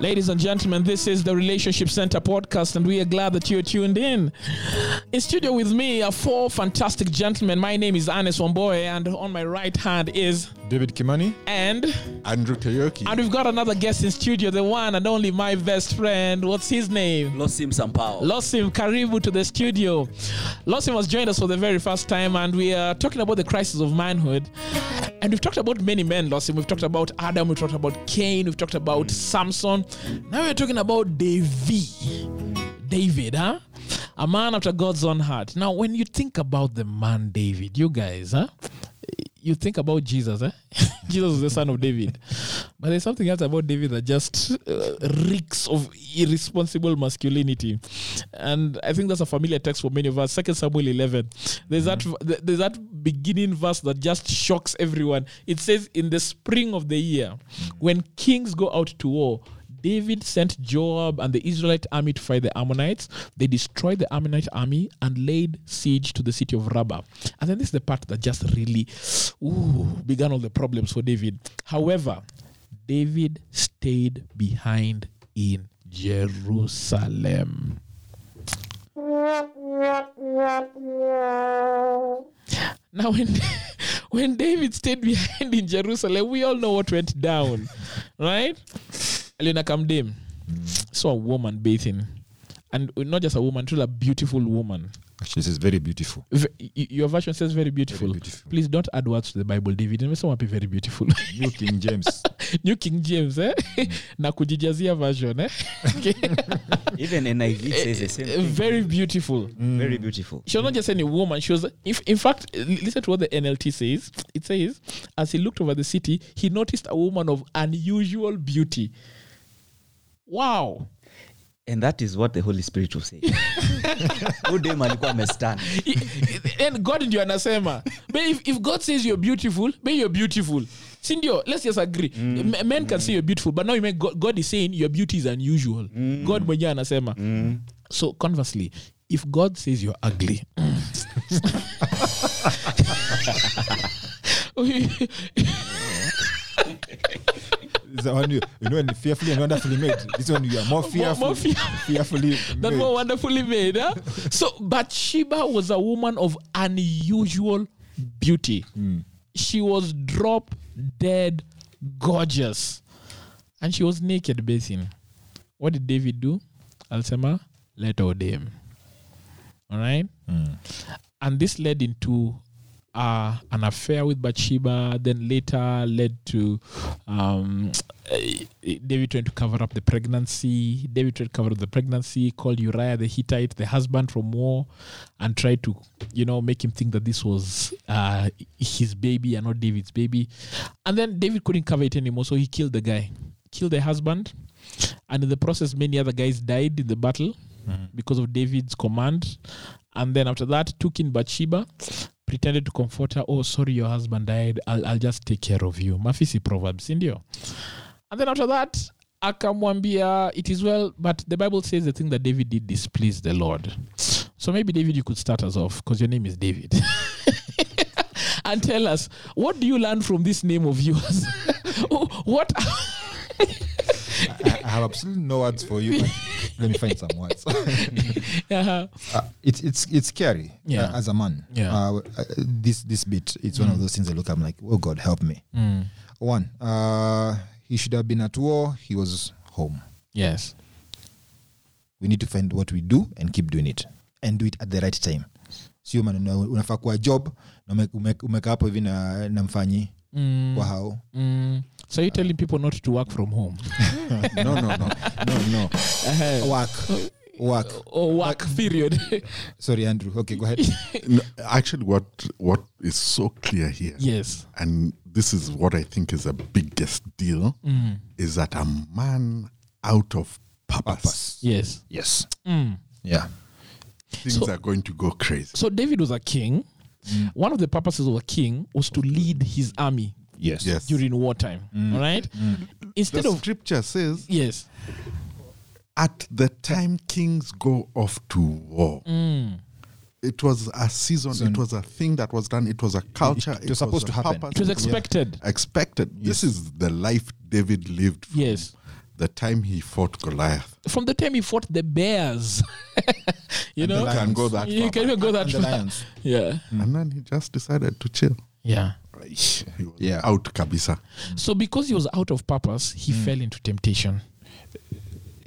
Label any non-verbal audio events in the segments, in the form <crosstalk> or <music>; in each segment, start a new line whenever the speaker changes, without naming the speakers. Ladies and gentlemen, this is the Relationship Center podcast, and we are glad that you're tuned in. In studio with me are four fantastic gentlemen. My name is Anis Wamboy, and on my right hand is
David Kimani,
and
Andrew Kayoki.
and we've got another guest in studio, the one and only my best friend. What's his name?
Losim Sampao.
Losim, karibu to the studio. Losim has joined us for the very first time, and we are talking about the crisis of manhood. And we've talked about many men, Losim. We've talked about Adam, we've talked about Cain, we've talked about Samson. Now we're talking about David. David, huh? A man after God's own heart. Now, when you think about the man David, you guys, huh? You think about Jesus, eh? <laughs> Jesus was the son of David. But there's something else about David that just uh, reeks of irresponsible masculinity. And I think that's a familiar text for many of us. Second Samuel 11. There's that th- there's that beginning verse that just shocks everyone. It says in the spring of the year when kings go out to war, David sent Joab and the Israelite army to fight the Ammonites. They destroyed the Ammonite army and laid siege to the city of Rabbah. And then this is the part that just really ooh, began all the problems for David. However, David stayed behind in Jerusalem. Now, when <laughs> when David stayed behind in Jerusalem, we all know what went down, right? Elena Kamdem saw a woman bathing, and not just a woman, truly a beautiful woman.
Actually, this is very beautiful.
V- y- your version says very beautiful.
beautiful.
Please don't add words to the Bible, David. Nimesoma pe very beautiful. <laughs>
New King James.
New King James eh?
Mm.
<laughs> na kujijazia version eh?
Even NIV says the <laughs> same Mm. thing.
very Eh, beautiful.
Very beautiful.
She was not just any woman. She was, if, in fact, l- listen to what the NLT says. It says, as he looked over the city, he noticed a woman of unusual beauty. Wow.
And that is what the Holy Spirit will
<laughs>
say. Huyu dem alikuwa amestun.
I- I- and god ndio anasema But if, if god says you're beautiful may you're beautiful sindio let's just agree M- men can say you're beautiful but now you make god, god is saying your beauty is unusual god mwenyewe anasema so conversely if god says you're ugly <laughs>
This one you, you know, and fearfully and wonderfully made. This one you are more fearful,
more fear- <laughs>
fearfully
that
made.
were wonderfully made. Huh? so Bathsheba was a woman of unusual beauty. She was drop dead gorgeous. And she was naked bathing. What did David do? Alsema, let her them. All right? And this led into uh, an affair with Bathsheba, then later led to um, David trying to cover up the pregnancy. David tried to cover up the pregnancy, called Uriah the Hittite, the husband from war, and tried to, you know, make him think that this was uh, his baby and not David's baby. And then David couldn't cover it anymore, so he killed the guy, killed the husband. And in the process, many other guys died in the battle because of David's command. And then after that, took in Bathsheba, pretended to comfort her. Oh, sorry, your husband died. I'll, I'll just take care of you. Mafisi Proverbs, indio. And then after that, akamwambia, it is well, but the Bible says the thing that David did displeased the Lord. So maybe, David, you could start us off because your name is David. <laughs> and tell us, what do you learn from this name of yours? <laughs> what? <laughs>
I, I have absolutely no words for you. But let me find some
<laughs>
words.
Uh-huh.
uh, it's it's it's scary
Yeah.
uh, as a man.
Yeah. Mm.
Uh, uh, this this bit, it's one of those things I look. I'm like, oh God, help me. One, uh, he should have been at war. He was home.
Yes.
we need to find what we do and keep doing it and do it at the right time sio maneno unafaa kuwa job na ume- ume- umekaa hapo hivi na, na mfanyi
Mm,
kwa hao
mm. So you're telling people not to work from home
<laughs> no, no, no, no, no. Work. Work.
or work, period. <laughs>
sorry andrew okay go ahead
No, actually, what what is so clear here,
yes.
and this is what I think is the biggest deal,
Mm.
is that a man out of purpose,
Yes.
<laughs> yes
Mm.
yeah
things
So-
are going to go crazy.
So David was a king. One of the purposes of a king was to lead his army
yes
Yes,
during wartime. All right.
the
Instead of
scripture says,
yes,
at the time kings go off to war.
Mm.
It was a season. It was a thing that was done. It was a culture.
it was supposed to
a
happen.
it
purpose,
was expected.
expected. This is the life David lived.
Yes.
the time he fought Goliath.
From the time he fought the bears, <laughs> you know,
You can go that
you
far
can
back.
even go that
And the
far.
lions.
<laughs> Yeah,
And then he just decided to chill.
yeah.
He was
Yeah.
Out kabisa.
So because he was out of purpose, he fell into temptation.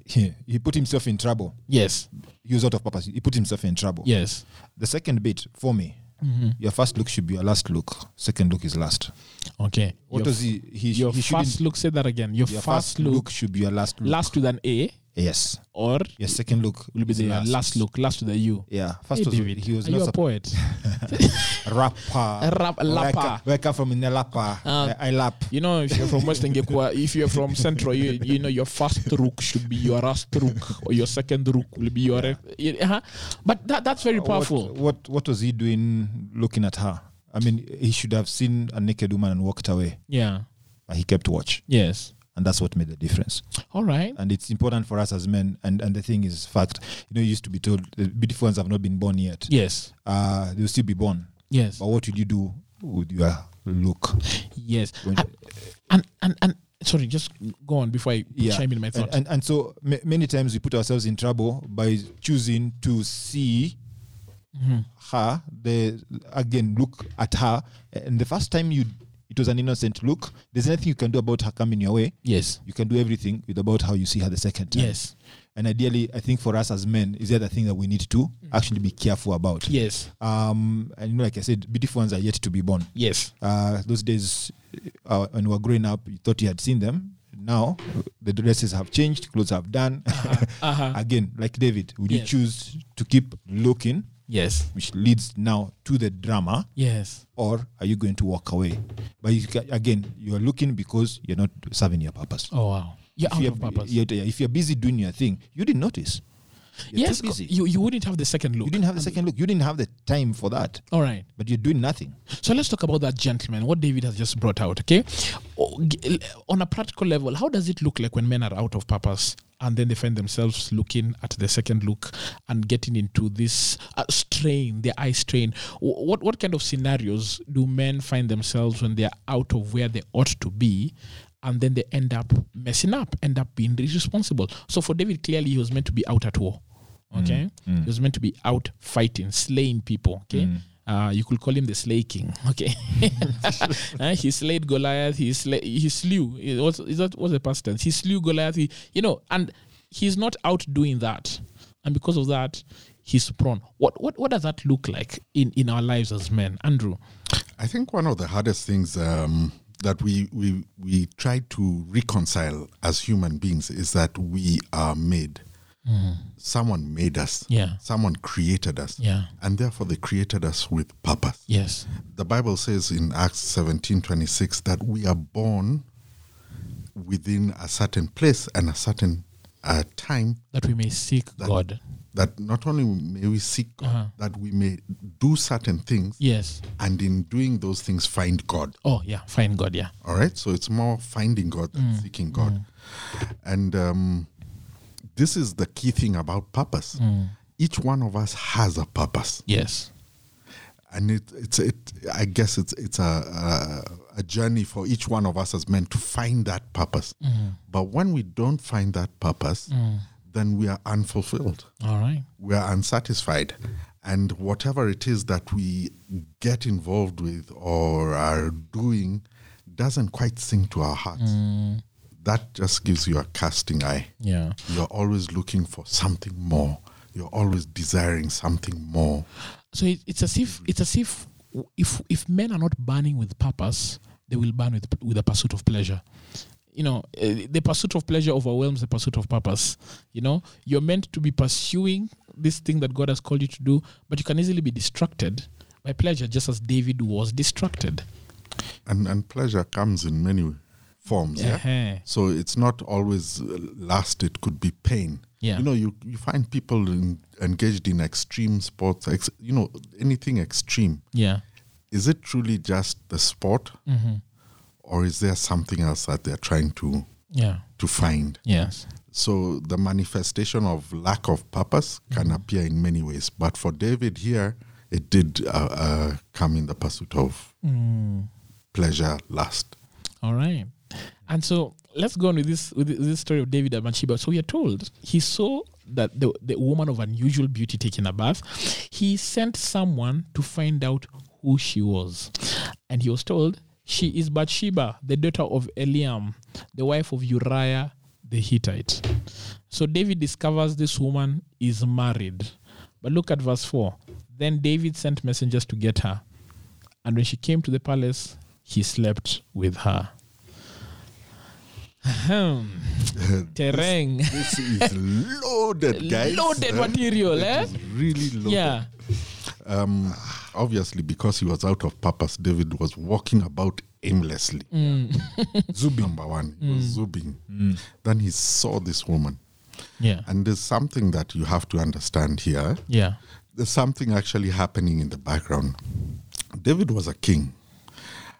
He, <laughs> he put himself in trouble.
Yes,
He was out of purpose. He put himself in trouble.
yes.
The second bit for me,
Mm-hmm.
your first look should be your last look. Second look is last.
Okay.
What
your
does he? He,
your
he shouldn't-
first look? Say that again. Your,
Your
first,
first
look,
look should be your last look.
last with an A,
Yes.
or
Your second look
will be
is
the last. look, last with a U.
Yeah.
Hey,
First was,
David,
he was
are you
not
a
supp-
poet?
rapper.
A rap-
Or I
lapper.
ca- I come from in a lapper.
Uh,
I, I lap.
You know, if you're from West Ngekwa, if you're from Central, you, you know your first rook should be your last rook, or your second rook will be your. Uh-huh. But that, that's very powerful.
What, what what was he doing looking at her? I mean, he should have seen a naked woman and walked away,
Yeah.
but he kept watch,
Yes.
and that's what made the difference.
All right.
And it's important for us as men. And and the thing is, fact, you know, you used to be told the beautiful ones have not been born yet.
Yes.
Uh, they'll still be born.
Yes.
But what will you do with your look?
Yes.
When-
And, and and and sorry, just go on before I
Yeah.
chime in my
And,
thought.
and and so ma- many times we put ourselves in trouble by choosing to see
Mm-hmm.
her. The again look at her, and the first time you it was an innocent look. There's nothing you can do about her coming your way.
yes.
You can do everything with about how you see her the second time.
Yes.
And ideally, I think for us as men, is the other thing that we need to actually be careful about.
Mm. Yes.
Um, and you know, like I said, beautiful ones are yet to be born.
Yes.
uh, those days uh, when we were growing up, you thought you had seen them. Now the dresses have changed, clothes have done. <laughs>
Uh-huh.
Again, like David, would you
Yes.
choose to keep looking,
Yes.
which leads now to the drama,
Yes.
or are you going to walk away? But you, ca- again, you are looking because you're not serving your purpose.
Oh wow. You're
if,
out
you're,
of purpose.
you're- yeah, if you're busy doing your thing, you didn't notice. You're
yes.
too busy.
You you wouldn't have the second look. um,
You didn't have a second look. You didn't have the time for that.
All right.
But you're doing nothing.
So let's talk about that gentleman. What David has just brought out. Okay. O- g- On a practical level, how does it look like when men are out of purpose? And then they find themselves looking at the second look and getting into this uh, strain, their eye strain. Wh- What what kind of scenarios do men find themselves when they are out of where they ought to be, and then they end up messing up, end up being irresponsible? So for David, clearly he was meant to be out at war. Okay, he was meant to be out fighting, slaying people. Okay, uh, you could call him the Slay King. <laughs> Okay, Uh, he slayed Goliath. He slay, he slew. It was, is that was the past tense? He slew Goliath. He, you know, and he's not out doing that, and because of that, he's prone. What what what does that look like in in our lives as men, Andrew?
I think one of the hardest things um, that we, we we try to reconcile as human beings is that we are made. Someone made us.
Yeah.
Someone created us.
Yeah.
And therefore they created us with purpose.
Yes.
The Bible says in Acts 17 26 that we are born within a certain place and a certain uh, time
That we may seek God.
that not only may we seek God, that we may do certain things
Yes.
and in doing those things find God.
Oh yeah. Find God. Yeah.
All right. So it's more finding God than seeking God. And um, this is the key thing about purpose. Each one of us has a purpose.
Yes.
and it, it's it i guess it's it's a, a a journey for each one of us as men to find that purpose but when we don't find that purpose then we are unfulfilled
All right.
we are unsatisfied and whatever it is that we get involved with or are doing doesn't quite sink to our hearts that just gives you a casting eye
Yeah.
you're always looking for something more you're always desiring something more
So it, it's as if it's as if w- if if men are not burning with purpose, they will burn with with the pursuit of pleasure. You know, eh, the pursuit of pleasure overwhelms the pursuit of purpose. You know, you're meant to be pursuing this thing that God has called you to do, but you can easily be distracted by pleasure, just as David was distracted.
and and pleasure comes in many forms yeah,
Uh-huh.
so it's not always uh, lust it could be pain
Yeah.
you know you, you find people in, engaged in extreme sports ex, you know anything extreme
Yeah.
is it truly just the sport
Mm-hmm.
or is there something else that they're trying to
Yeah.
to find
Yes.
so the manifestation of lack of purpose
Mm-hmm.
can appear in many ways but for david here it did uh,
Mm.
uh, come in the pursuit of pleasure lust
<laughs> All right. And so let's go on with this with this story of David and Bathsheba. So we are told he saw that the, the woman of unusual beauty taking a bath. He sent someone to find out who she was, and he was told she is Bathsheba, the daughter of Eliam, the wife of Uriah the Hittite. So David discovers this woman is married. But look at verse 4. Then David sent messengers to get her. And when she came to the palace, he slept with her.
<laughs>
Ahem. Tereng.
This is loaded, guys.
Loaded
Eh?
material, eh?
It's Really loaded.
Yeah.
Um, obviously, because he was out of purpose, David was walking about aimlessly.
Mm.
<laughs> zoobing. Number one, he was zoobing. Then he saw this woman.
Yeah.
And there's something that you have to understand here.
Yeah.
There's something actually happening in the background. David was a king.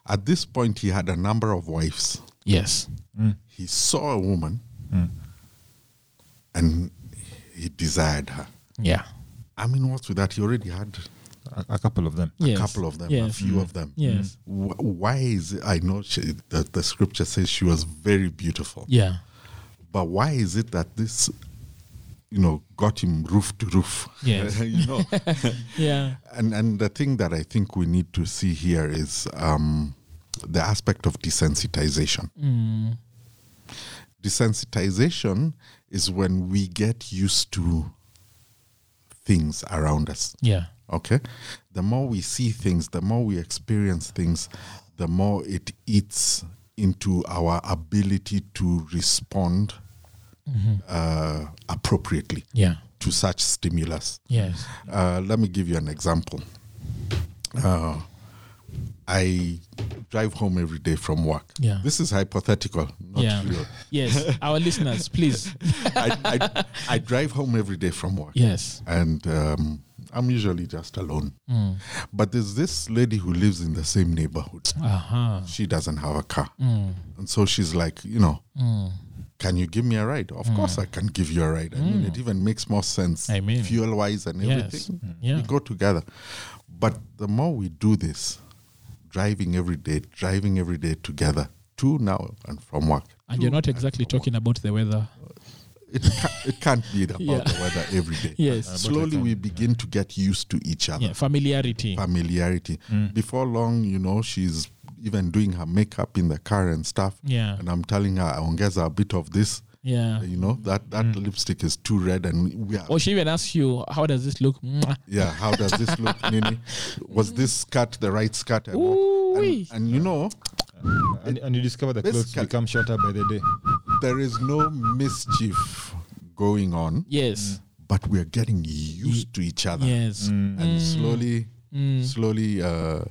At this point, he had a number of wives.
Yes.
He saw a woman and he desired her.
Yeah.
I mean, what's with that? He already had
A, a couple of them.
Yes.
a couple of them, a
Yes.
few of them.
Yes.
Wh- Why is it? I know she, the, the scripture says she was very beautiful,
Yeah.
but why is it that this, you know, got him roof to roof?
Yes.
<laughs> you
<laughs>
know,
Yeah.
and and the thing that I think we need to see here is um, the aspect of desensitization.
Mm.
Desensitization is when we get used to things around us.
Yeah.
Okay. The more we see things, the more we experience things, the more it eats into our ability to respond uh, appropriately
Mm-hmm. Yeah.
to such stimulus.
Yes.
Uh, let me give you an example. Uh, I drive home every day from work.
Yeah.
This is hypothetical, not
Yeah.
real.
Yes. Our listeners, please.
I, I, I drive home every day from work.
Yes.
and um, I'm usually just alone.
Mm.
But there's this lady who lives in the same neighborhood.
Uh-huh.
She doesn't have a car.
Mm.
And so she's like, you know, can you give me a ride? Of course I can give you a ride. I mean, it even makes more sense
Mm. I mean.
fuel wise and
Yes. Mm.
everything.
Yeah.
We go together. But the more we do this, driving every day, driving every day together to now and from work.
And you're not exactly talking about the weather.
It, ca- it can't be
<laughs>
about
Yeah.
the weather every day.
<laughs> Yes.
Slowly we begin to get used to each other.
Yeah. Familiarity.
familiarity.
Mm.
Before long, you know, she's even doing her makeup in the car and stuff.
Yeah.
And I'm telling her, I ongeza a bit of this.
Yeah. Mm. Oh,
You know, that, that lipstick is too red and we are.
Or she even asks you, how does this look? Mwah.
yeah, how does this look,
<laughs>
Nini? Was this skirt the right skirt? And, all? and,
Ooh-wee.
and you know,
And, and you discover the clothes
Basically-
become shorter by the day.
there is no mischief going on,
Yes.
but we are getting used to each other.
Yes.
And slowly,
Mm.
slowly, uh,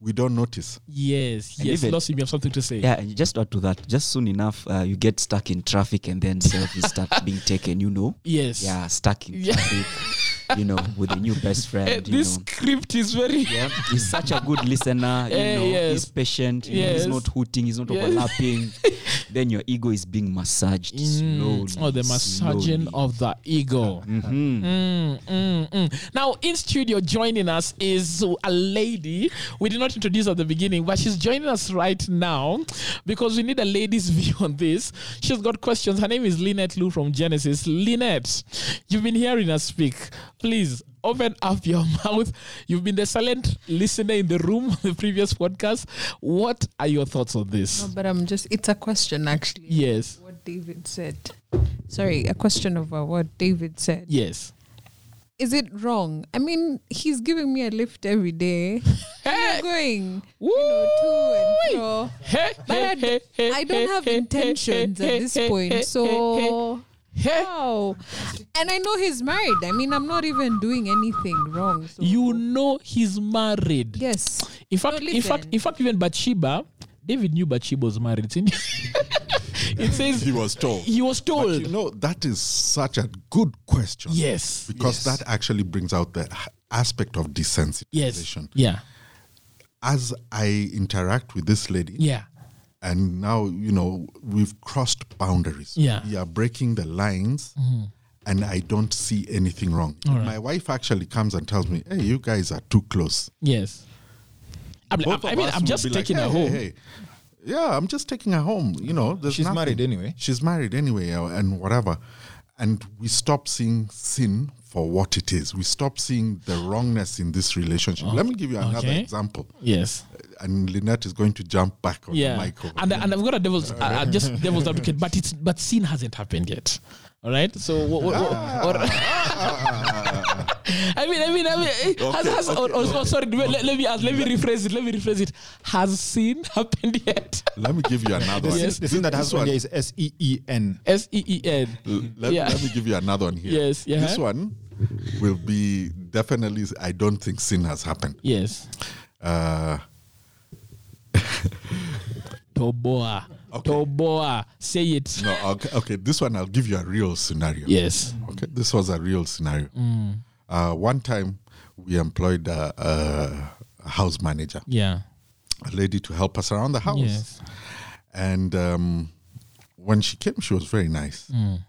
we don't notice.
Yes.
And
Yes.
even-
Lossy, you have something to say.
Yeah, and just add to that. Just soon enough, uh, you get stuck in traffic, and then selfies start being taken. You know,
Yes.
yeah, stuck in
Yeah.
traffic. you know, with a new best friend.
Eh,
you
this <laughs>
know.
script is very.
Yeah, he's such a good listener. You
Eh,
know,
yes.
he's patient. you know,
Yes.
He's not hooting. He's not
Yes. <laughs>
overlapping. then your ego is being massaged
Mm.
slowly.
Oh, the massaging
slowly. Mm-hmm.
of the ego. Mm, mm, mm. Now, in studio joining us is a lady we did not introduce at the beginning, but she's joining us right now because we need a lady's <laughs> view on this. She's got questions. Her name is Lynette Lou from Genesis. Lynette, you've been hearing us speak. Please open up your <laughs> mouth. You've been the silent listener in the room on the previous podcast. What are your thoughts on
No,
this?
but I'm just, it's a question actually.
Yes.
What David said. Sorry, a question over what David said.
Yes.
Is it wrong? I mean, he's giving me a lift every day.
Hey!
I'm going
Woo!
to and fro.
Hey,
But I, d- I don't have intentions at this point. So, how? And I know he's married. I mean, I'm not even doing anything wrong. So
you know he's married.
Yes.
In fact,
Mm-hmm. No,
in fact,
listen.
in fact, even Bathsheba, David knew Bathsheba was married. It's in- <laughs> it says
He was told.
<laughs> he was told.
But you know, that is such a good question.
yes.
Because
yes.
that actually brings out the h- aspect of desensitization.
Yes. Yeah.
As I interact with this lady,
Yeah.
and now, you know, we've crossed boundaries.
Yeah. Mm-hmm.
We are breaking the lines. And I don't see anything wrong. My wife actually comes and tells me, "Hey, you guys are too close."
Yes. I'm,
Both
I'm- I
of
mean,
us
I'm
will
just
be like,
taking her
"Hey, hey,
home.
hey." yeah, I'm just taking her home. You know, there's
She's
nothing.
married anyway.
She's married anyway, uh, and whatever. And we stop seeing sin for what it is. We stop seeing the wrongness in this relationship. Let me give you another
okay.
example.
Yes.
And Lynette is going to jump back on
yeah.
the mic. over
And
there.
and I've got a devil's uh, just devil's advocate, but it's but sin hasn't happened yet. All right. So what, what, what,
Ah.
<laughs> I mean, I mean, I mean, eh, has, has, or, or, or, sorry, wait, let, let me ask, let me rephrase it, let me rephrase it. Has sin <laughs> happened yet?
Let me give you another one.
<laughs> Yes.
The thing that
This
has one
one-
here is S E E N.
S E E N.
Let,
Yeah.
let me give you another one here.
Yes, yeah.
This one will be definitely, I don't think sin has happened.
Yes.
Uh,
Toboa. Toboa. Say it.
<laughs> no, okay, okay, this one I'll give you a real scenario.
Yes.
Okay, this was a real scenario. Uh, one time we employed a, a- a house manager,
Yeah.
a lady to help us around the house.
Yes.
And um, when she came, she was very nice.
Mm.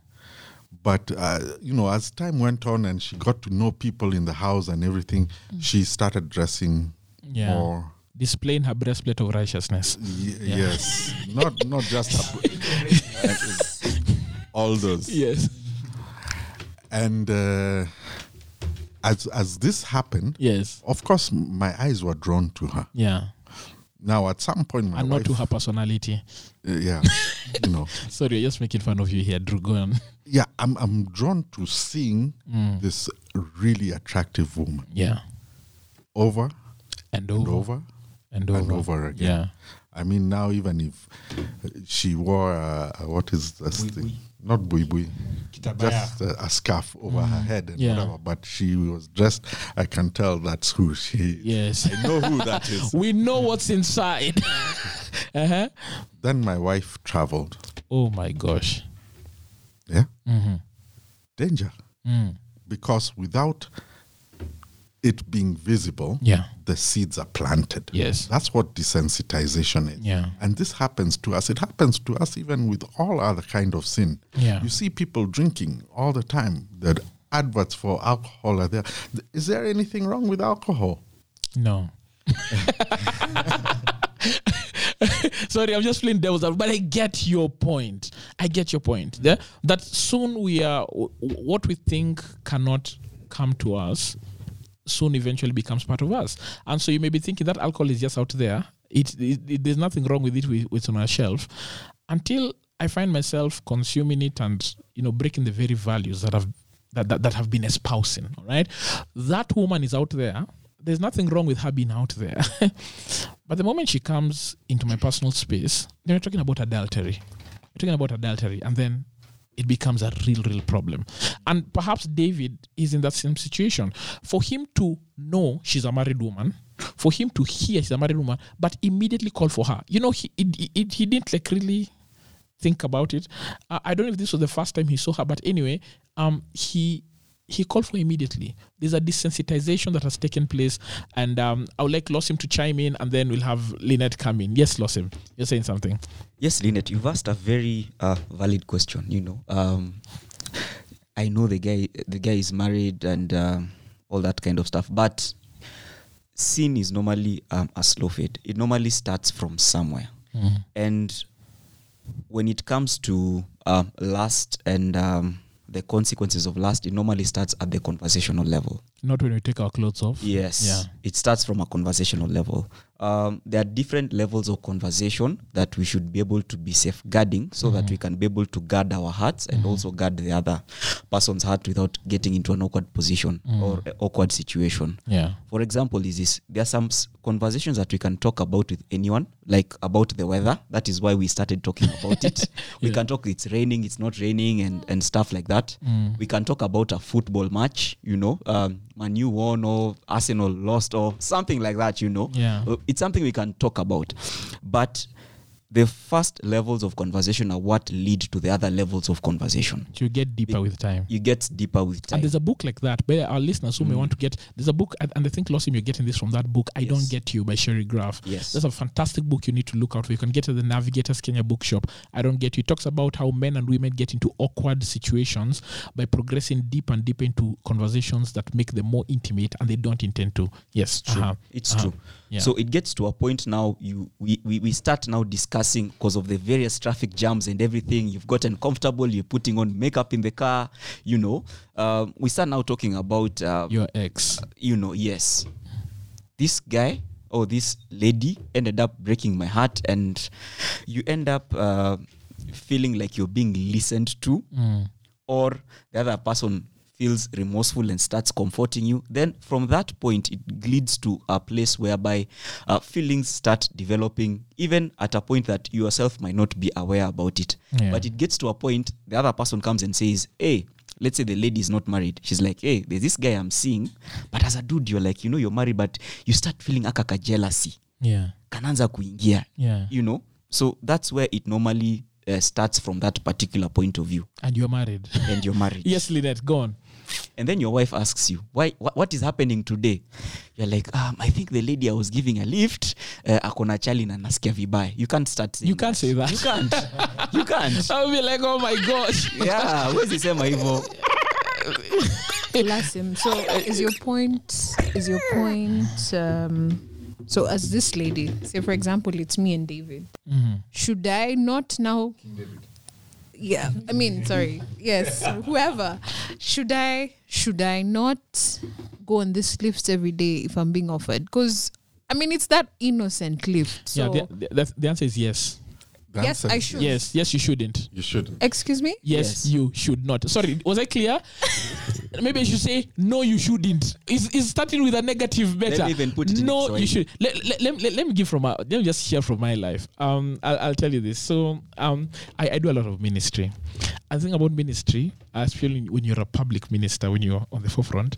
But, uh, you know, as time went on and she got to know people in the house and everything, she started dressing
Yeah.
more.
Displaying her breastplate of righteousness.
Y- Yes, not not just a-
<laughs>
all those.
Yes.
And uh, as as this happened,
Yes.
of course, my eyes were drawn to her.
Yeah.
Now, at some point, my
and
wife,
not to her personality.
uh, yeah, you know, <laughs>
Sorry, we're just making fun of you here, Drew. Go on.
yeah, I'm I'm drawn to seeing
Mm.
this really attractive woman
Yeah.
over
And
and
over.
over.
And over.
and over again. I mean, now even if she wore uh, what is this thing? Not bui bui, just a, a scarf over her head and
Mm. Yeah.
whatever. But she was dressed. I can tell that's who she. is.
Yeah. Yes.
<laughs> I know who that is.
we know what's inside. uh-huh.
then my wife traveled.
Oh my gosh.
Yeah.
Mm-hmm.
Danger.
Hmm.
Because without it being visible,
Yeah.
the seeds are planted.
Yes.
That's what desensitization is.
Yeah.
And this happens to us. It happens to us even with all other kind of sin.
Yeah.
You see people drinking all the time. The adverts for alcohol are there. Th- Is there anything wrong with alcohol?
No. <laughs> Sorry, I'm just playing devil's advocate, but I get your point. I get your point. Yeah? That soon we are w- w- what we think cannot come to us soon eventually becomes part of us. And so you may be thinking that alcohol is just out there. It, it, it- there's nothing wrong with it. We, it's on our shelf until I find myself consuming it and you know breaking the very values that have that, that, that have been espousing. All right, that woman is out there. There's nothing wrong with her being out there. <laughs> but the moment she comes into my personal space, then we're talking about adultery. We're talking about adultery, and then it becomes a real, real problem. And perhaps David is in that same situation. For him to know she's a married woman, for him to hear she's a married woman, but immediately call for her. You know, he it, it, he didn't like really think about it. I I don't know if this was the first time he saw her, but anyway, um, he he called for immediately. There's a desensitization that has taken place, and um, I would like Lossim to chime in, and then we'll have Lynette come in. Yes, Lossim, you're saying something.
Yes, Lynette, you've asked a very uh, valid question. You know, um, I know the guy, the guy is married and um, all that kind of stuff, but sin is normally um, a slow fade. It normally starts from somewhere, and when it comes to um, lust and um, the consequences of lust, it normally starts at the conversational level.
Not when we take our clothes off.
Yes.
Yeah.
It starts from a conversational level. Um, there are different levels of conversation that we should be able to be safeguarding so that we can be able to guard our hearts and also guard the other person's heart without getting into an awkward position or a awkward situation.
Yeah.
For example, is this there are some s- conversations that we can talk about with anyone, like about the weather. That is why we started talking about it. We can talk it's raining, it's not raining, and and stuff like that. We can talk about a football match, you know, um, Man U won or Arsenal lost or something like that, you know.
Yeah.
Uh, It's something we can talk about, but. The first levels of conversation are what lead to the other levels of conversation.
You get deeper with time.
You get deeper with time.
And there's a book like that where our listeners who may
Mm.
want to get there's a book and and I think Lossim you're getting this from that book I don't
Yes.
get you by Sherry Graf.
Yes.
That's a fantastic book you need to look out for. You can get it at the Navigators Kenya bookshop. I don't get you. It talks about how men and women get into awkward situations by progressing deep and deep into conversations that make them more intimate and they don't intend to. Yes.
It's true.
uh-huh.
It's
Uh-huh.
true.
Yeah.
So it gets to a point now you we, we, we start now discussing cussing because of the various traffic jams and everything. You've gotten comfortable. You're putting on makeup in the car. You know, um, we start now talking about uh,
Your ex.
you know, yes, this guy or this lady ended up breaking my heart, and you end up uh, feeling like you're being listened to, or the other person feels remorseful and starts comforting you. Then from that point, it leads to a place whereby uh, feelings start developing, even at a point that you yourself might not be aware about it.
Yeah.
But it gets to a point, the other person comes and says, Hey, let's say the lady is not married she's like hey there's this guy i'm seeing but as a dude you're like you know you're married but you start feeling akaka jealousy
Yeah.
kanaanza kuingia
Yeah.
you know so that's where it normally uh, starts from that particular point of view
and you're married.
<laughs> and you're married
yes, Lynette, go on.
and then your wife asks you why wha- what is happening today you're like um, i think the lady i was giving a lift uh, akona chali na nasikia vibaya you can't start saying
You can't say that.
you
<laughs>
can't you can't
I'll be like, oh my gosh.
yeah huwezi sema hivyo
Bless him. So uh, is your point? Is your point? Um, so as this lady, say for example, it's me and David.
Mm-hmm.
Should I not now? Yeah, I
Mm-hmm.
mean, sorry. Yes, whoever. Should I? Should I not go on this lift every day if I'm being offered? Because I mean, it's that innocent lift. So
yeah, the, the, that's- the answer is yes.
The
Yes,
answer
I
is
should.
Yes, yes, you shouldn't.
You shouldn't.
excuse me.
Yes,
Yes.
you should not. Sorry, was I
<laughs>
clear? Maybe I should say no, you shouldn't. Is is starting with a negative better?
me even put it in
no,
Kiswahili.
you should. Let, let, let, let, let me give from a, let me just share from my life. Um, I'll, I'll tell you this. So, um, I, I do a lot of ministry. I think about ministry, especially when you're a public minister, when you're on the forefront,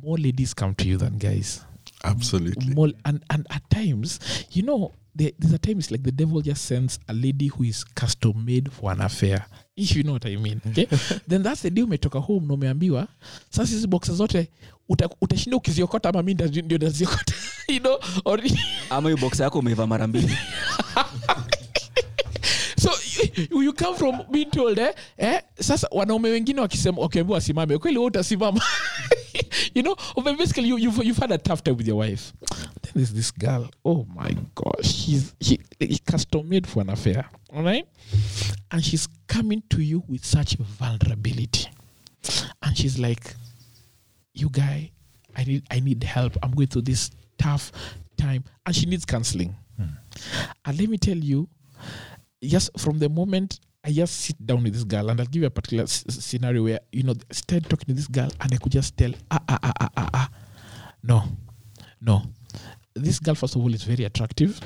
more ladies come to you than guys.
Absolutely.
Mol- and, and at times, you know, there, there's a time it's like the devil just sends a lady who is custom made for an affair. If you know what I mean. Okay? then that's the day umetoka home na umeambiwa sasa hizi boxes zote uta, utashinda ukiziokota ama mi ndazi- ndio naziokota <laughs> you know or
ama hiyo box yako umeiva mara mbili
so you, you come from being told eh, eh sasa wanaume wengine wakisema wakiambiwa wasimame kweli wewe utasimama <laughs> you know but basically you, you've, you've had a tough time with your wife then there's this girl oh my gosh she's she, she custom made for an affair all right and she's coming to you with such vulnerability and she's like you guy i need i need help i'm going through this tough time and she needs counseling and let me tell you just from the moment I just sit down with this girl, and I'll give you a particular s- s- scenario where you know I started talking to this girl, and I could just tell, ah, ah, ah, ah, ah, ah, no, no. This girl, first of all, is very attractive.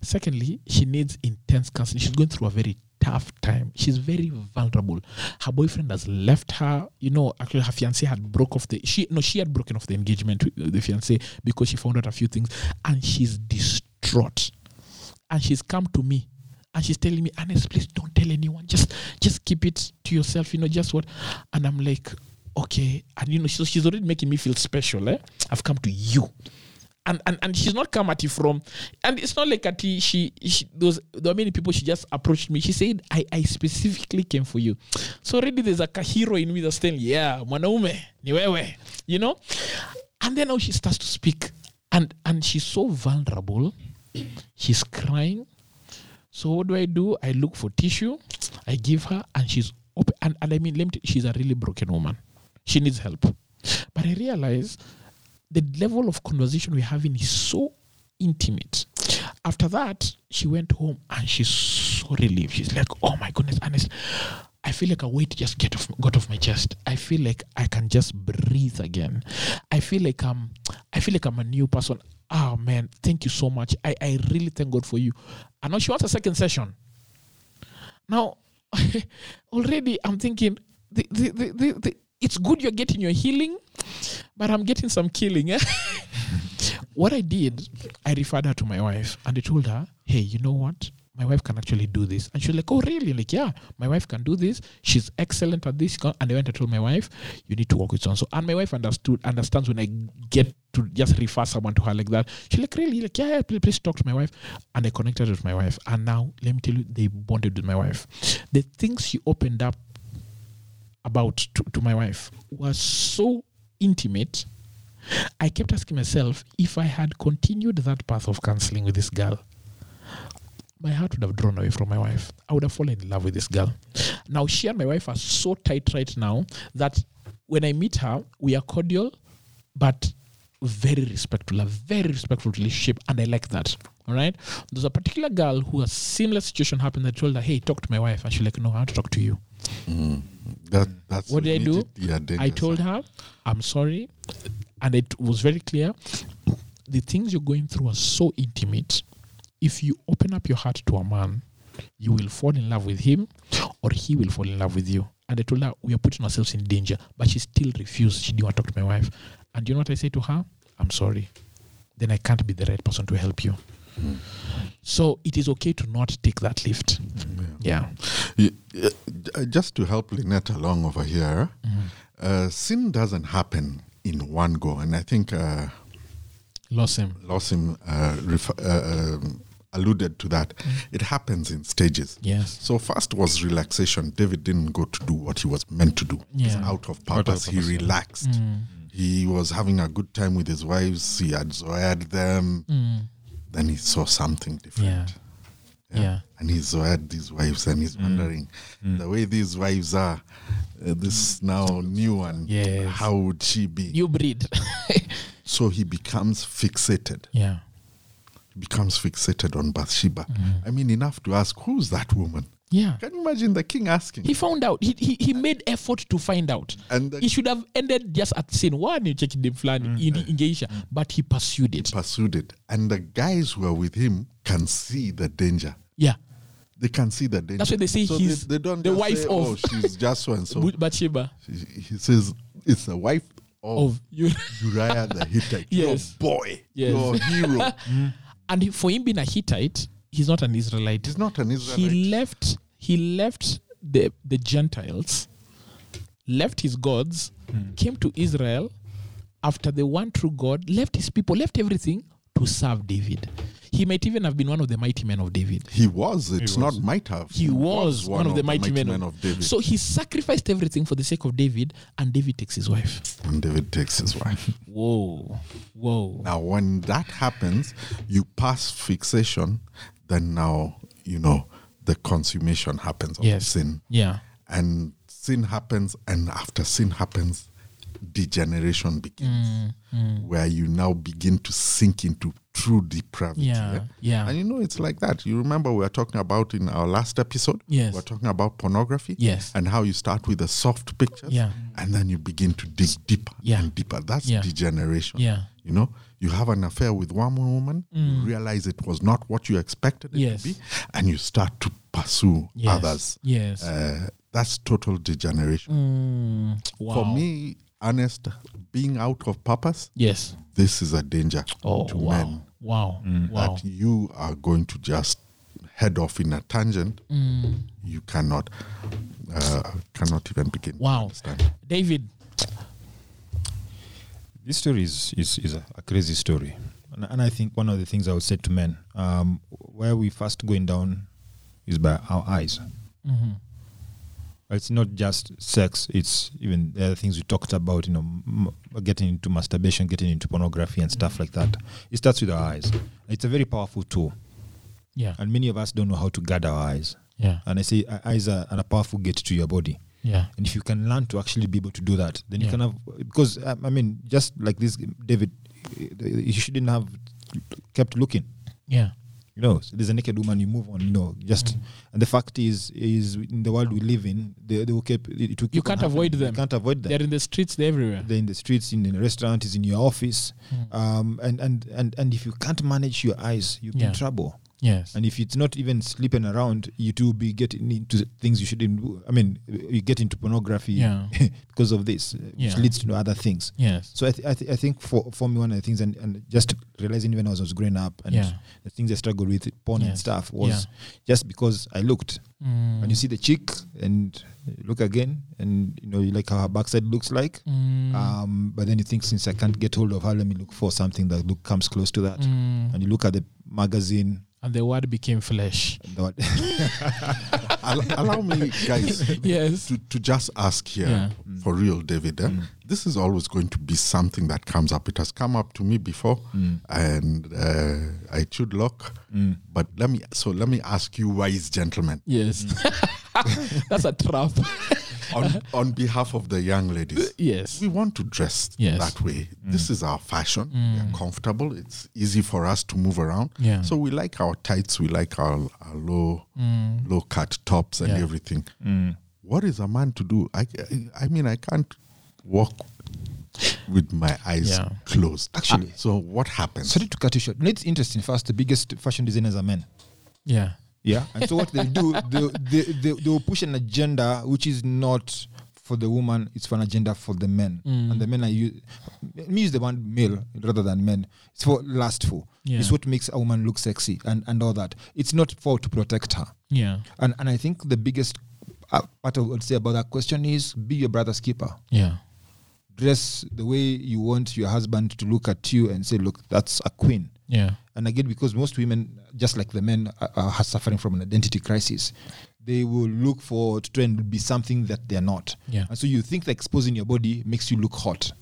Secondly, she needs intense counseling. She's going through a very tough time. She's very vulnerable. Her boyfriend has left her. You know, actually, her fiance had broke off the she no she had broken off the engagement with the fiance because she found out a few things, and she's distraught and she's come to me and she's telling me Anes, please don't tell anyone just just keep it to yourself you know just what and i'm like okay and you know so she's already making me feel special eh? i've come to you and, and and she's not come at you from and it's not like at you, she, she those there were many people she just approached me she said i i specifically came for you so already there's like a hero in me that's telling yeah mwanaume ni wewe you know and then now she starts to speak and and she's so vulnerable she's crying so what do i do i look for tissue i give her and she's open and, and i mean let me t- she's a really broken woman she needs help but i realize the level of conversation we're having is so intimate after that she went home and she's so relieved she's like oh my goodness honest i feel like a weight just get off got off my chest i feel like i can just breathe again i feel like i'm i feel like i'm a new person oh man thank you so much i, I really thank god for you and now she wants a second session now <laughs> already i'm thinking the, the, the, the, the, it's good you're getting your healing but i'm getting some killing eh? <laughs> what i did i referred her to my wife and i told her hey you know what my wife can actually do this and she was like oh really like yeah my wife can do this she's excellent at this and i went and told my wife you need to work with so and so and my wife understood understands when i get to just refer someone to her like that she's like really like yeah, yeah please, please talk to my wife and i connected with my wife and now let me tell you they bonded with my wife the things she opened up about to, to my wife was so intimate. I kept asking myself if I had continued that path of counseling with this girl, my heart would have drawn away from my wife. I would have fallen in love with this girl. Now, she and my wife are so tight right now that when I meet her, we are cordial, but very respectful, a very respectful relationship. And I like that. All right. There's a particular girl who a similar situation happened. I told her, hey, talk to my wife. And she's like, no, I want to talk to you.
Mm. That, that's
What did I do?
immediately a danger
I told
sign.
her, I'm sorry. And it was very clear. The things you're going through are so intimate. If you open up your heart to a man, you will fall in love with him or he will fall in love with you. And I told her, we are putting ourselves in danger. But she still refused. She didn't want to talk to my wife. And you know what I said to her? I'm sorry. Then I can't be the right person to help you. So it is okay to not take that lift.
Mm,
Yeah.
Y- y- j- Just to help Lynette along over here, uh, sin doesn't happen in one go. And I think uh,
Lost him.
Lawson uh, ref- uh, um, alluded to that. It happens in stages.
Yes.
So first was relaxation. David didn't go to do what he was meant to do. It was
Yeah.
out of purpose. Mm. He relaxed. He was having a good time with his wives. He admired them. Then he saw something different.
Yeah. yeah.
And he's had these wives and
Mm.
he's wondering the way these wives are, uh, this now new one,
Yes.
how would she be?
You breed. <laughs>
so he becomes fixated.
yeah.
He becomes fixated on Bathsheba.
Mm.
I mean, enough to ask, who's that woman?
Yeah.
Can you imagine the king asking?
He found out. He, he, he made effort to find out.
And the-
he should have ended just at saying, why didn't you check the plan in, in Geisha? But he pursued it.
pursued it. And the guys who are with him can see the danger.
Yeah.
They can see the danger.
That's why they say
so
he's
they, don't
the
just
wife
say,
of-
Oh, she's just
<laughs>
so and so.
But Bathsheba
He says it's the wife of,
of you. <laughs>
Uriah the Hittite.
Yes.
Your boy.
Yes.
Your hero.
and he- for him being a Hittite, he's not an Israelite.
He's not an Israelite.
He left he left the the Gentiles, left his gods, came to Israel after the one true God, left his people, left everything to serve David. He might even have been one of the mighty men of David.
He was. It's not might have.
he was one, of the mighty, men, of,
David.
So he sacrificed everything for the sake of David, and David takes his wife.
and David takes his wife.
Whoa, whoa.
Now, when that happens, you pass fixation. Then now you know the consummation happens of
Yes.
sin,
Yeah,
and sin happens, and after sin happens, degeneration
Mm,
begins, where you now begin to sink into true depravity.
yeah, yeah.
And you know, it's like that. You remember we were talking about in our last episode?
Yes.
We were talking about pornography.
Yes.
And how you start with the soft pictures.
Yeah.
And then you begin to dig deeper
Yeah.
and deeper. That's
Yeah.
degeneration.
Yeah. Mm.
You know, you have an affair with one woman, you realize it was not what you expected it
Yes.
to be, and you start to pursue
Yes.
others.
Yes.
Uh, that's total degeneration.
Mm. wow.
For me, honest, being out of purpose,
yes.
this is a danger
Oh,
to
wow.
men
Wow. Wow.
that you are going to just head off in a tangent,
Mm.
you cannot uh, cannot even begin. to
Wow.
understand.
David.
this story is is, is a, a crazy story and, and i think one of the things i would say to men um, where we first going down is by our eyes
Mm-hmm.
it's not just sex it's even the other things we talked about you know m- getting into masturbation getting into pornography and stuff like that it starts with our eyes it's a very powerful tool
Yeah.
and many of us don't know how to guard our eyes
Yeah.
and i say uh, eyes are, are a powerful gate to your body
Yeah.
and if you can learn to actually be able to do that then
Yeah.
you can have because um, i mean just like this david you shouldn't have kept looking
Yeah.
you know so there's a naked woman you move on you know just
Mm.
and the fact is is in the world we live in they, they will keep it will keep
You
on
can't
happening.
avoid them.
you can't avoid them
They're in the uh, streets. They're everywhere. Mm.
they're in the streets in the restaurant is in your office um, and, and and and if you can't manage your eyes you'll be
Yeah.
in trouble
yes.
and if it's not even sleeping around, you do be getting into things you shouldn't. do. I mean, you get into pornography
Yeah. <laughs>
because of this, uh,
Yeah.
which leads to other things.
yes.
So I, th- I, th- I think for, for me one of the things and, and just realizing even as I was growing up and
Yeah.
the things I struggled with porn and
Yes.
stuff was
Yeah.
just because I looked
Mm.
and you see the chick and you look again and you know you like how her backside looks like
Mm.
um, but then you think
Mm.
since I can't get hold of her let me look for something that look comes close to that and you look at the magazine
and the word became <laughs> flesh.
The word-
Al- allow me,
<laughs>
guys,
Yes.
to, to just ask here
Yeah. Mm.
for real, David. eh? This is always going to be something that comes up. It has come up to me before,
Mm.
<laughs>
and uh, I chewed lock.
Mm.
But let me so let me ask you, wise gentlemen,
<laughs> Yes. That's a <laughs> trap.
on on behalf of the young ladies.
Uh, yes.
We want to dress
Yes. Mm.
that way. This is our fashion. We are comfortable. It's easy for us to move around.
Yeah.
So we like our tights. We like our, our low low cut tops and
Mm. Yeah. Mm.
everything. What is a man to do? I I mean I can't walk with my eyes
Yeah.
closed. Actually, so what happens?
Sorry to cut you short. You know, It's interesting. First, the biggest fashion designers are men.
Yeah.
Yeah. And so what they do, they, they, they, they will push an agenda which is not for the woman, it's for an agenda for the men. And the men are, u- me is the one male rather than men. It's for lustful.
Yeah.
It's what makes a woman look sexy and, and all that. It's not for to protect her.
Yeah.
And, and I think the biggest uh, part I would say about that question is be your brother's keeper.
Yeah.
Dress the way you want your husband to look at you and say, look, that's a queen
Yeah.
and again because most women just like the men are, are suffering from an identity crisis they will look for to try and be something that they're not
Yeah.
and so you think that exposing your body makes you look hot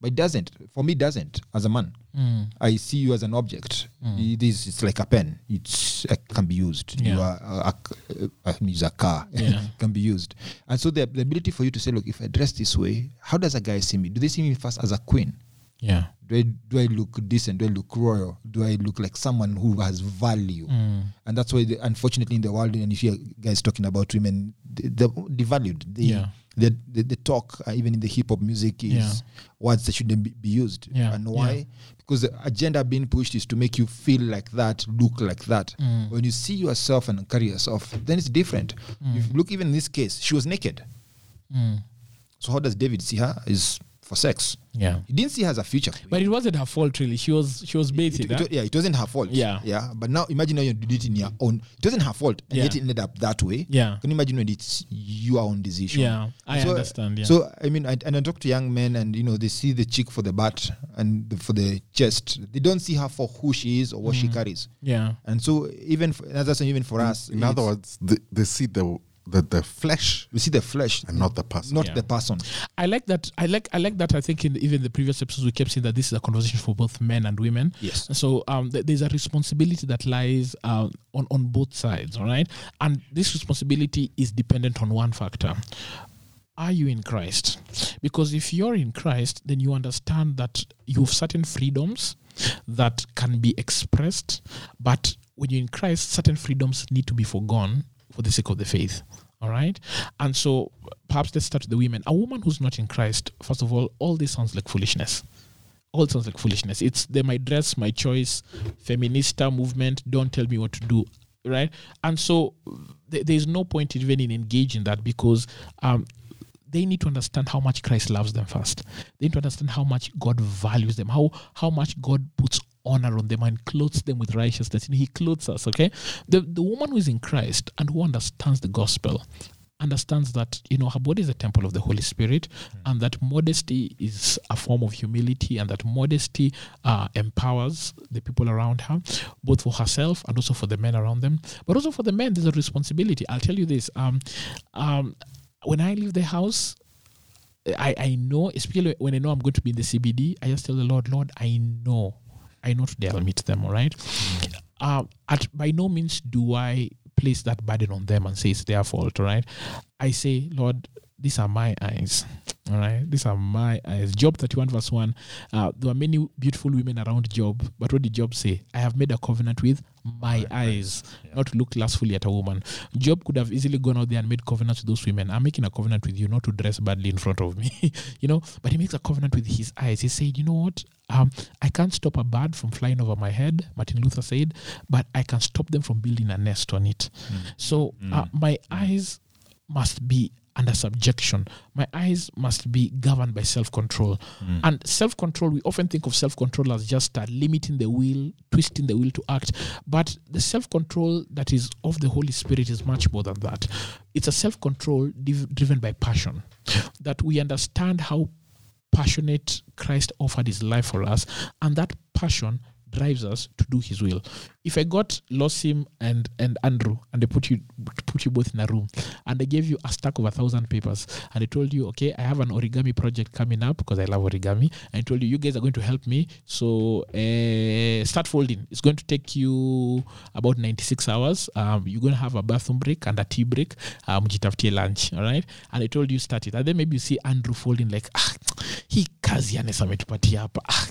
but it doesn't for me it doesn't as a man
Mm.
i see you as an object it is it's like a pen it's it uh, can be used
Yeah.
you are uh, a, a, a, use a car
<laughs> Yeah.
<laughs> can be used and so the, the ability for you to say look if i dress this way how does a guy see me do they see me first as a queen
Yeah.
do I, do I look decent? Do I look royal? Do I look like someone who has value?
Mm.
And that's why, the, unfortunately, in the world, and if you guys talking about women, they- they're devalued. They,
Yeah.
the, the, the talk, uh, even in the hip hop music, is
Yeah.
words that shouldn't be, be used.
Yeah,
And why?
yeah.
Because the agenda being pushed is to make you feel like that, look like that.
Mm.
When you see yourself and carry yourself, then it's different.
Mm.
If you look, even in this case, she was naked. So how does David see her? Is for sex.
Yeah.
He didn't see her as a future.
But it wasn't her fault really. She was she was
It-
baited.
it
huh?
wa- yeah, it wasn't her fault.
Yeah.
yeah. But now imagine how you did it in your own. It wasn't her fault, and
Yeah.
yet it ended up that way.
Yeah.
Can you imagine when it's your own decision?
Yeah, I understand, yeah.
So I mean, I, and I talk to young men, and you know, they see the chick for the butt and the, for the chest. They don't see her for who she is or what
Mm.
she carries.
Yeah.
And so even for, that's even for us.
In other
it's-
words, the, they see the, the the flesh
we see the flesh,
and not the person.
not
Yeah.
the person.
I like that. I like. I like that. I think in even the previous episodes we kept saying that this is a conversation for both men and women.
Yes.
So um, th- there's a responsibility that lies um, on on both sides. All right, and this responsibility is dependent on one factor. Are you in Christ? Because if you're in Christ, then you understand that you have certain freedoms that can be expressed, but when you're in Christ, certain freedoms need to be forgone for the sake of the faith. All right. And so perhaps let's start with the women. A woman who's not in Christ, first of all, all this sounds like foolishness. All sounds like foolishness. It's they my dress, my choice, feminista movement, don't tell me what to do. Right. And so th- there's no point even in engaging that because um, they need to understand how much Christ loves them first. They need to understand how much God values them, how how much God puts honor on them and clothes them with righteousness. And he clothes us, okay? The the woman who is in Christ and who understands the gospel understands that you know her body is a temple of the holy spirit and that modesty is a form of humility and that modesty uh, empowers the people around her both for herself and also for the men around them but also for the men there's a responsibility i'll tell you this um, um, when I leave the house, I, I know, especially when I know I'm going to be in the CBD, I just tell the Lord, Lord, I know. I know today I'll meet them, all right? Uh, at by no means do I place that burden on them and say it's their fault, all right? I say, Lord, these are my eyes, all right? These are my eyes. Job 31, verse 1. Uh, there were many beautiful women around Job, but what did Job say? I have made a covenant with my eyes, not to look lustfully at a woman. Job could have easily gone out there and made covenants with those women. I'm making a covenant with you not to dress badly in front of me, <laughs> you know. But he makes a covenant with his eyes. He said, you know what? Um, I can't stop a bird from flying over my head, Martin Luther said, but I can stop them from building a nest on it. So uh, my eyes must be under subjection. My eyes must be governed by self control. And self control, we often think of self control as just uh, limiting the will, twisting the will to act. But the self control that is of the Holy Spirit is much more than that. It's a self control div- driven by passion, that we understand how passionate Christ offered his life for us, and that passion drives us to do His will. If I got Losim and and Andrew and they put you put you both in a room and they gave you a stack of a thousand papers and they told you, okay, I have an origami project coming up because I love origami and I told you you guys are going to help me. So uh, start folding. It's going to take you about ninety six hours. Um, you're going to have a bathroom break and a tea break. Um, mjitafutie lunch. All right. And I told you start it. And then maybe you see Andrew folding like ah, hii kazi anesa ametupatia hapa ah,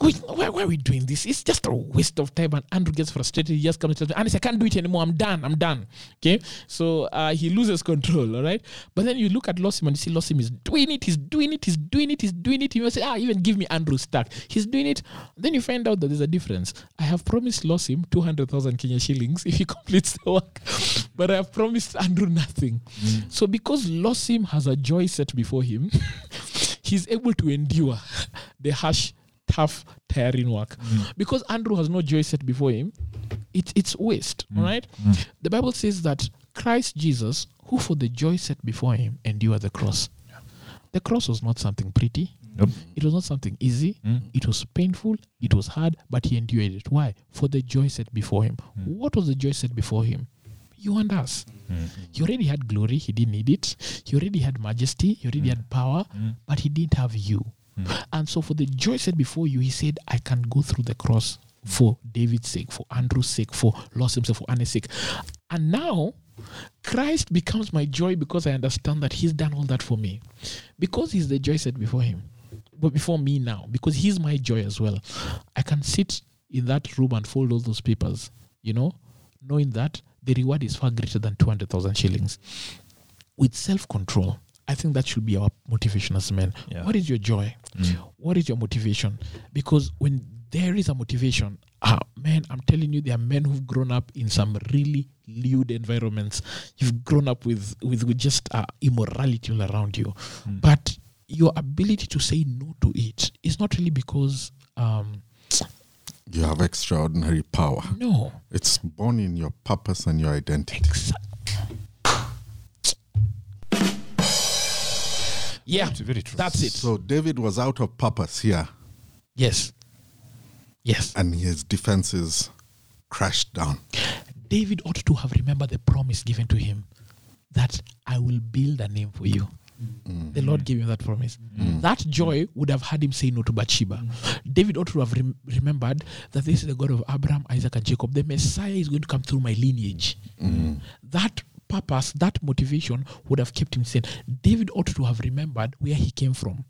we, why, why are we doing this it's just a waste of time and andrew gets frustrated he just comes to me and i can't do it anymore i'm done i'm done okay so uh, he loses control all right but then you look at lossim and you see lossim is doing it he's doing it he's doing it he's doing it you say ah even give me andrew stack he's doing it then you find out that there's a difference i have promised lossim 200000 kenya shillings if he <laughs> completes the work but i have promised andrew nothing so because lossim has a joy set before him <laughs> he's able to endure the harsh, tough, tiring work. Because Andrew has no joy set before him, it's it's waste, all right? The Bible says that Christ Jesus, who for the joy set before him, endured the cross. The cross was not something pretty.
Nope.
It was not something easy. It was painful. It was hard, but he endured it. Why? For the joy set before him. What was the joy set before him? You and us. He already had glory. He didn't need it. He already had majesty. He already had power, but he didn't have you. And so, for the joy set before you, he said, I can go through the cross for David's sake, for Andrew's sake, for Lost himself, for Anna's sake. And now, Christ becomes my joy because I understand that he's done all that for me. Because he's the joy set before him, but before me now, because he's my joy as well. I can sit in that room and fold all those papers, you know, knowing that the reward is far greater than 200,000 shillings. With self control, I think that should be our motivation as men.
Yeah.
What is your joy? What is your motivation? Because when there is a motivation, ah, man, I'm telling you, there are men who've grown up in some really lewd environments. You've grown up with, with, with just uh, immorality all around you. But your ability to say no to it is not really because, um,
You have extraordinary power.
no,
It's born in your purpose and your identity.
yeah,
It's very true.
that's it.
So David was out of purpose here,
Yes. Yes.
and his defenses crashed down.
David ought to have remembered the promise given to him that I will build a name for you. The Lord gave him that promise. That joy would have had him say no to Bathsheba. David ought to have rem- remembered that this is the God of Abraham, Isaac, and Jacob. The Messiah is going to come through my lineage. That purpose, that motivation would have kept him sane. David ought to have remembered where he came from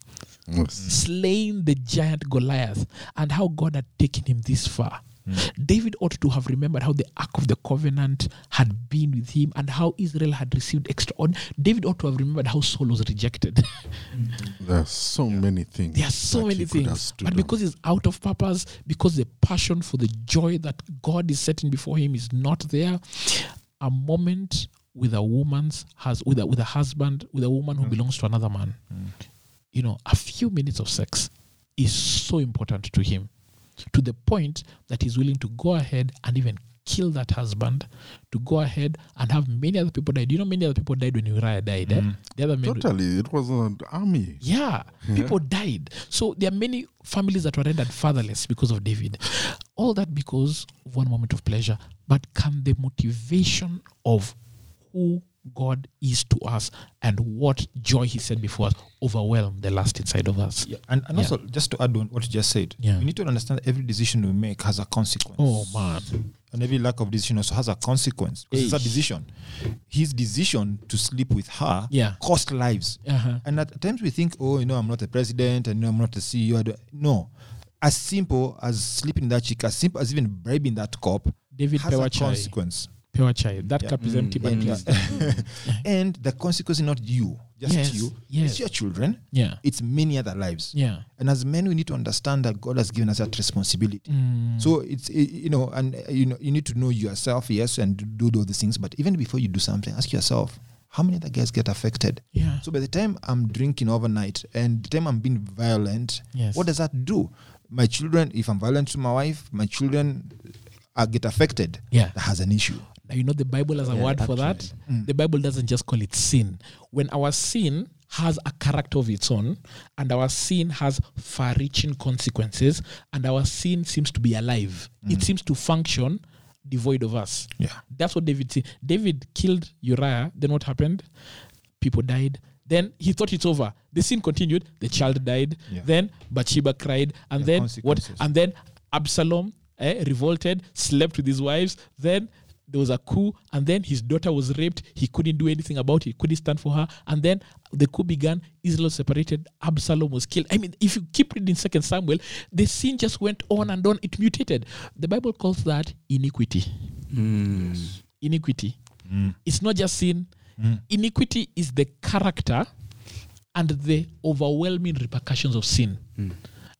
Yes.
slain the giant Goliath and how God had taken him this far. David ought to have remembered how the Ark of the Covenant had been with him and how Israel had received extraordinary. David ought to have remembered how Saul was rejected.
There are so many things.
there are so
that
many
he could have
things.
stood
But
on.
because he's out of purpose, because the passion for the joy that God is setting before him is not there, a moment with a woman's has with a, with a husband with a woman who
Mm.
belongs to another man, you know, a few minutes of sex is so important to him, to the point that he's willing to go ahead and even kill that husband to go ahead and have many other people die. Do you know many other people died when Uriah died? eh?
Mm.
The other men
totally, it was an army.
yeah, people died. So there are many families that were rendered fatherless because of David. All that because of one moment of pleasure. But can the motivation of who God is to us and what joy He set before us overwhelm the lust inside of us?
Yeah, and, and
Yeah.
also just to add on what you just said,
Yeah.
we need to understand every decision we make has a consequence.
Oh man,
And every lack of decision also has a consequence. Because it's a
Eish.
decision. His decision to sleep with her
Yeah.
cost lives.
Uh-huh.
And at times we think, oh, you know, I'm not a president, and you know, I'm not a CEO. I don't- No. As simple as sleeping that chick, as simple as even bribing that cop
David
has a
Pewachai.
consequence.
pure child. That
Yeah. Mm,
cup is empty, but
And, uh,
please.
<laughs> and the consequence is not you, just
Yes,
you.
yes.
It's your children.
Yeah,
It's many other lives.
yeah.
And as men, we need to understand that God has given us that responsibility.
Mm.
So it's eh, you know, and eh, you know, you need to know yourself, yes, and do all these things. But even before you do something, ask yourself, how many other guys get affected?
Yeah.
So by the time I'm drinking overnight and the time I'm being violent,
Yes.
what does that do? My children, if I'm violent to my wife, my children uh, get affected.
Yeah.
That has an issue.
Now, you know the Bible has a
Yeah,
word for that.
absolutely.
The Bible doesn't just call it sin. When our sin has a character of its own, and our sin has far reaching consequences, and our sin seems to be alive. It seems to function devoid of us.
Yeah.
That's what David said. David killed Uriah. Then what happened? People died. Then he thought it's over. The sin continued. The child died.
Yeah.
Then Bathsheba cried. And
The
then what?
consequences.
And then Absalom eh, revolted, slept with his wives. Then there was a coup. And then his daughter was raped. He couldn't do anything about it. He couldn't stand for her. And then the coup began. Israel separated. Absalom was killed. I mean, if you keep reading Second Samuel, the sin just went on and on. It mutated. The Bible calls that iniquity Mm. iniquity. It's not just sin. Iniquity is the character and the overwhelming repercussions of sin.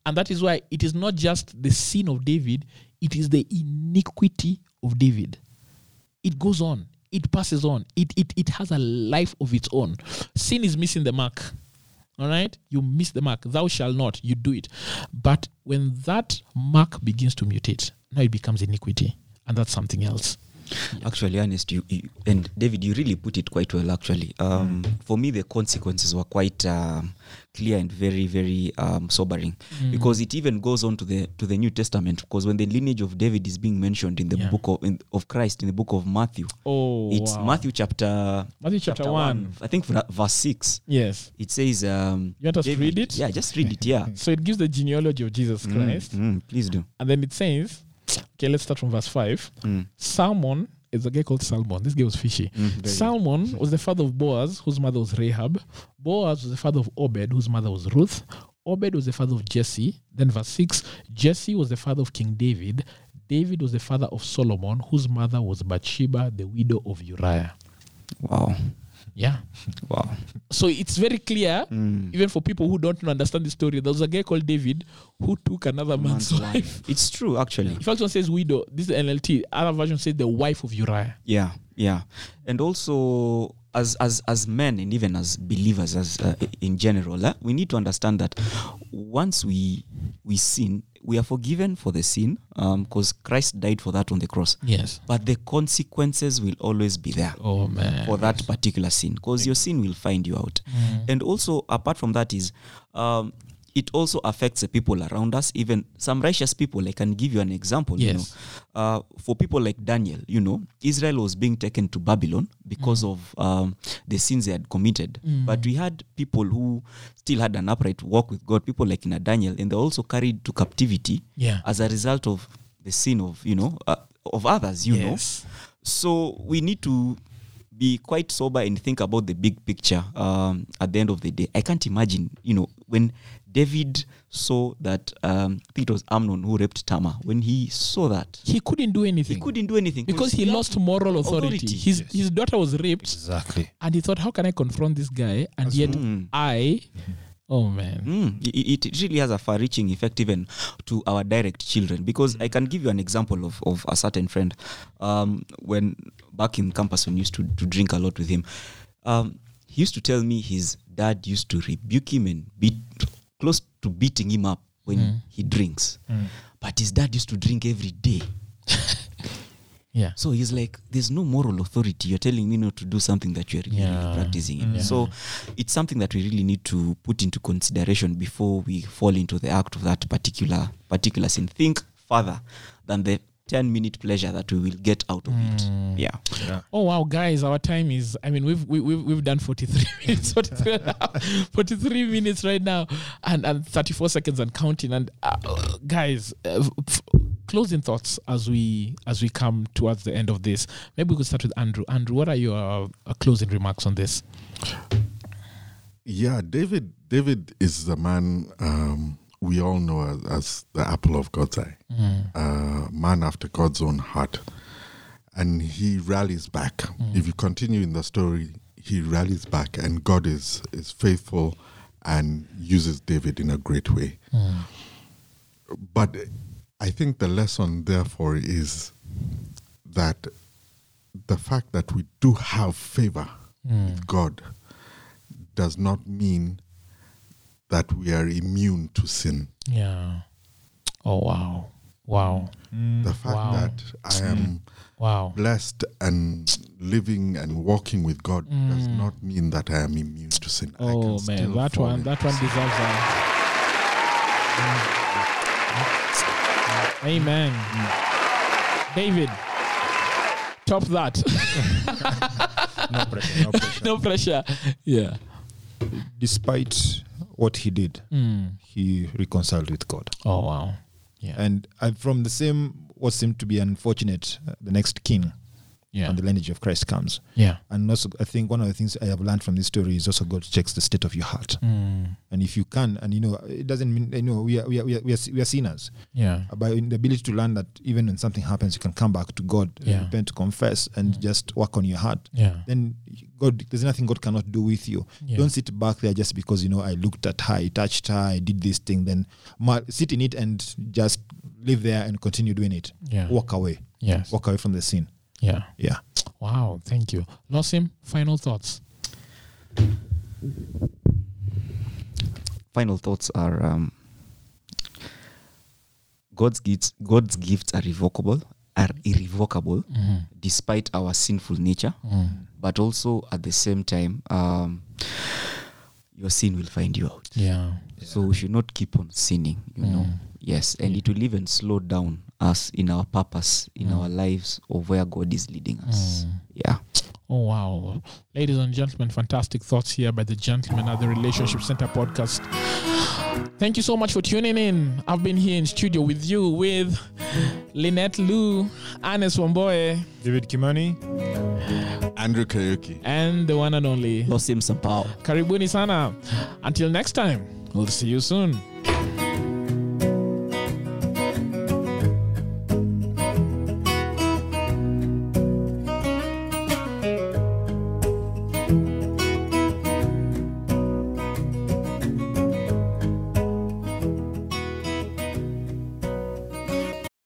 And that is why it is not just the sin of David, it is the iniquity of David. It goes on, it passes on, it, it, it has a life of its own. Sin is missing the mark. All right? You miss the mark. Thou shalt not. You do it. But when that mark begins to mutate, now it becomes iniquity. And that's something else.
actually honest you, you and david you really put it quite well actually
Mm.
um, for me the consequences were quite um, clear and very very um, sobering
Mm.
because it even goes on to the to the new testament because when the lineage of david is being mentioned in the
Yeah.
book of, in, of christ in the book of matthew
Oh,
it's
wow.
matthew chapter
Matthew chapter one.
i think fra- verse 6
Yes.
it says um,
You want us to read it?
yeah just read
<laughs>
it yeah
So it gives the genealogy of Jesus Christ.
Mm, please do
And then it says, okay, let's start from verse 5.
Mm.
Salmon is a guy called Salmon. This guy was fishy. Salmon was the father of Boaz, whose mother was Rahab. Boaz was the father of Obed, whose mother was Ruth. Obed was the father of Jesse. Then verse 6 Jesse was the father of King David. David was the father of Solomon, whose mother was Bathsheba, the widow of Uriah.
wow
Yeah.
wow
so it's very clear
Mm.
even for people who don't understand the story there was a guy called david who took another man's,
Man's
wife, <laughs>
it's true actually
in fact one says widow this is nlt other version says the wife of uriah
yeah yeah and also as as as men and even as believers as uh, in general eh, we need to understand that once we we sin we are forgiven for the sin because christ died for that on the cross
yes
but the consequences will always be there
oh man
for that particular sin because your sin will find you out
Mm.
and also apart from that is um, it also affects the people around us even some righteous people i can give you an example you
Yes.
know uh, for people like daniel you know israel was being taken to babylon because
Mm.
of um, the sins they had committed but we had people who still had an upright walk with god people like in a daniel and they also carried to captivity
Yeah.
as a result of the sin of you know uh, of others you know
Yes.
so we need to be quite sober and think about the big picture um, at the end of the day. I can't imagine, you know, when David saw that, um, I think it was Amnon who raped Tamar, when he saw that,
he couldn't do anything
he couldn't do anything.
because he
had-
lost moral authority,
Authority,
His, his daughter was raped <laughs>
Exactly.
and he thought how can i confront this guy and yet i oh man
Mm, i- i- it, it really has a far reaching effect even to our direct children. Because I can give you an example of, of a certain friend. Um, when back in campus, when we used to, to drink a lot with him, um, he used to tell me his dad used to rebuke him and beat close to beating him up when he drinks. But his dad used to drink every day.
yeah
So he's like, there's no moral authority. You're telling me not to do something that you're really,
Yeah.
really practicing. in. So it's something that we really need to put into consideration before we fall into the act of that particular particular sin. Think further than the 10 minute pleasure that we will get out of it. Yeah.
Oh wow, guys, our time is. I mean, we've we, we've we've done forty three <laughs> minutes, 43, and a half- 43 minutes right now, and and thirty four seconds and counting. And uh, guys, uh, f- closing thoughts as we as we come towards the end of this. Maybe we could start with Andrew. Andrew, what are your uh, closing remarks on this?
Yeah, David. David is the man um, we all know as, as the apple of God's eye, uh, man after God's own heart, and he rallies back. If you continue in the story, he rallies back, and God is is faithful and uses David in a great way. But I think the lesson, therefore, is that the fact that we do have favor with God does not mean that we are immune to sin.
Yeah. Oh wow, wow,
The fact
Mm. Wow. Mm.
that I am
wow.
blessed and living and walking with God does not mean that I am immune to to sin. I can
Mm. Oh man,
still
that
fall
one,
in
that one deserves a. Amen. David, top that. <laughs>
No pressure. No pressure.
no pressure. Yeah.
Despite what he did,
Mm.
he reconciled with God.
Oh wow. Yeah.
And uh, from the same, what seemed to be unfortunate, uh, the next king
Yeah.
and the lineage of Christ comes.
yeah.
And also, I think one of the things I have learned from this story is also God checks the state of your heart.
Mm.
And if you can, and you know, it doesn't mean, you know, we are, we are, we are, we are, we are sinners.
Yeah.
But in the ability to learn that even when something happens, you can come back to God,
Yeah. Mm.
repent, confess, and just work on your heart.
Yeah.
Then God, there's nothing God cannot do with you.
Yeah.
Don't sit back there just because you know I looked at her, I touched her, I did this thing. Then ma- sit in it and just live there and continue doing it.
Yeah.
Walk away,
Yes.
walk away from the sin.
Yeah.
Yeah.
Wow. Thank you. Losim, final thoughts.
final thoughts are um, God's gifts. God's gifts are revocable, are irrevocable, despite our sinful nature. But also at the same time, um, your sin will find you out.
Yeah.
So we should not keep on sinning. You know, yes, and it will even slow down us in our purpose, in our lives, of where God is leading us. Yeah.
Oh, wow. Ladies and gentlemen, fantastic thoughts here by the gentlemen at the Relationship Center podcast. Thank you so much for tuning in. I've been here in studio with you with Lynette Lou, Anes Wamboe,
David Kimani.
sin. Andrew Karaoke.
and the one and only
Los Simpson Power.
Karibuni Sana. Until next time, we'll see you soon.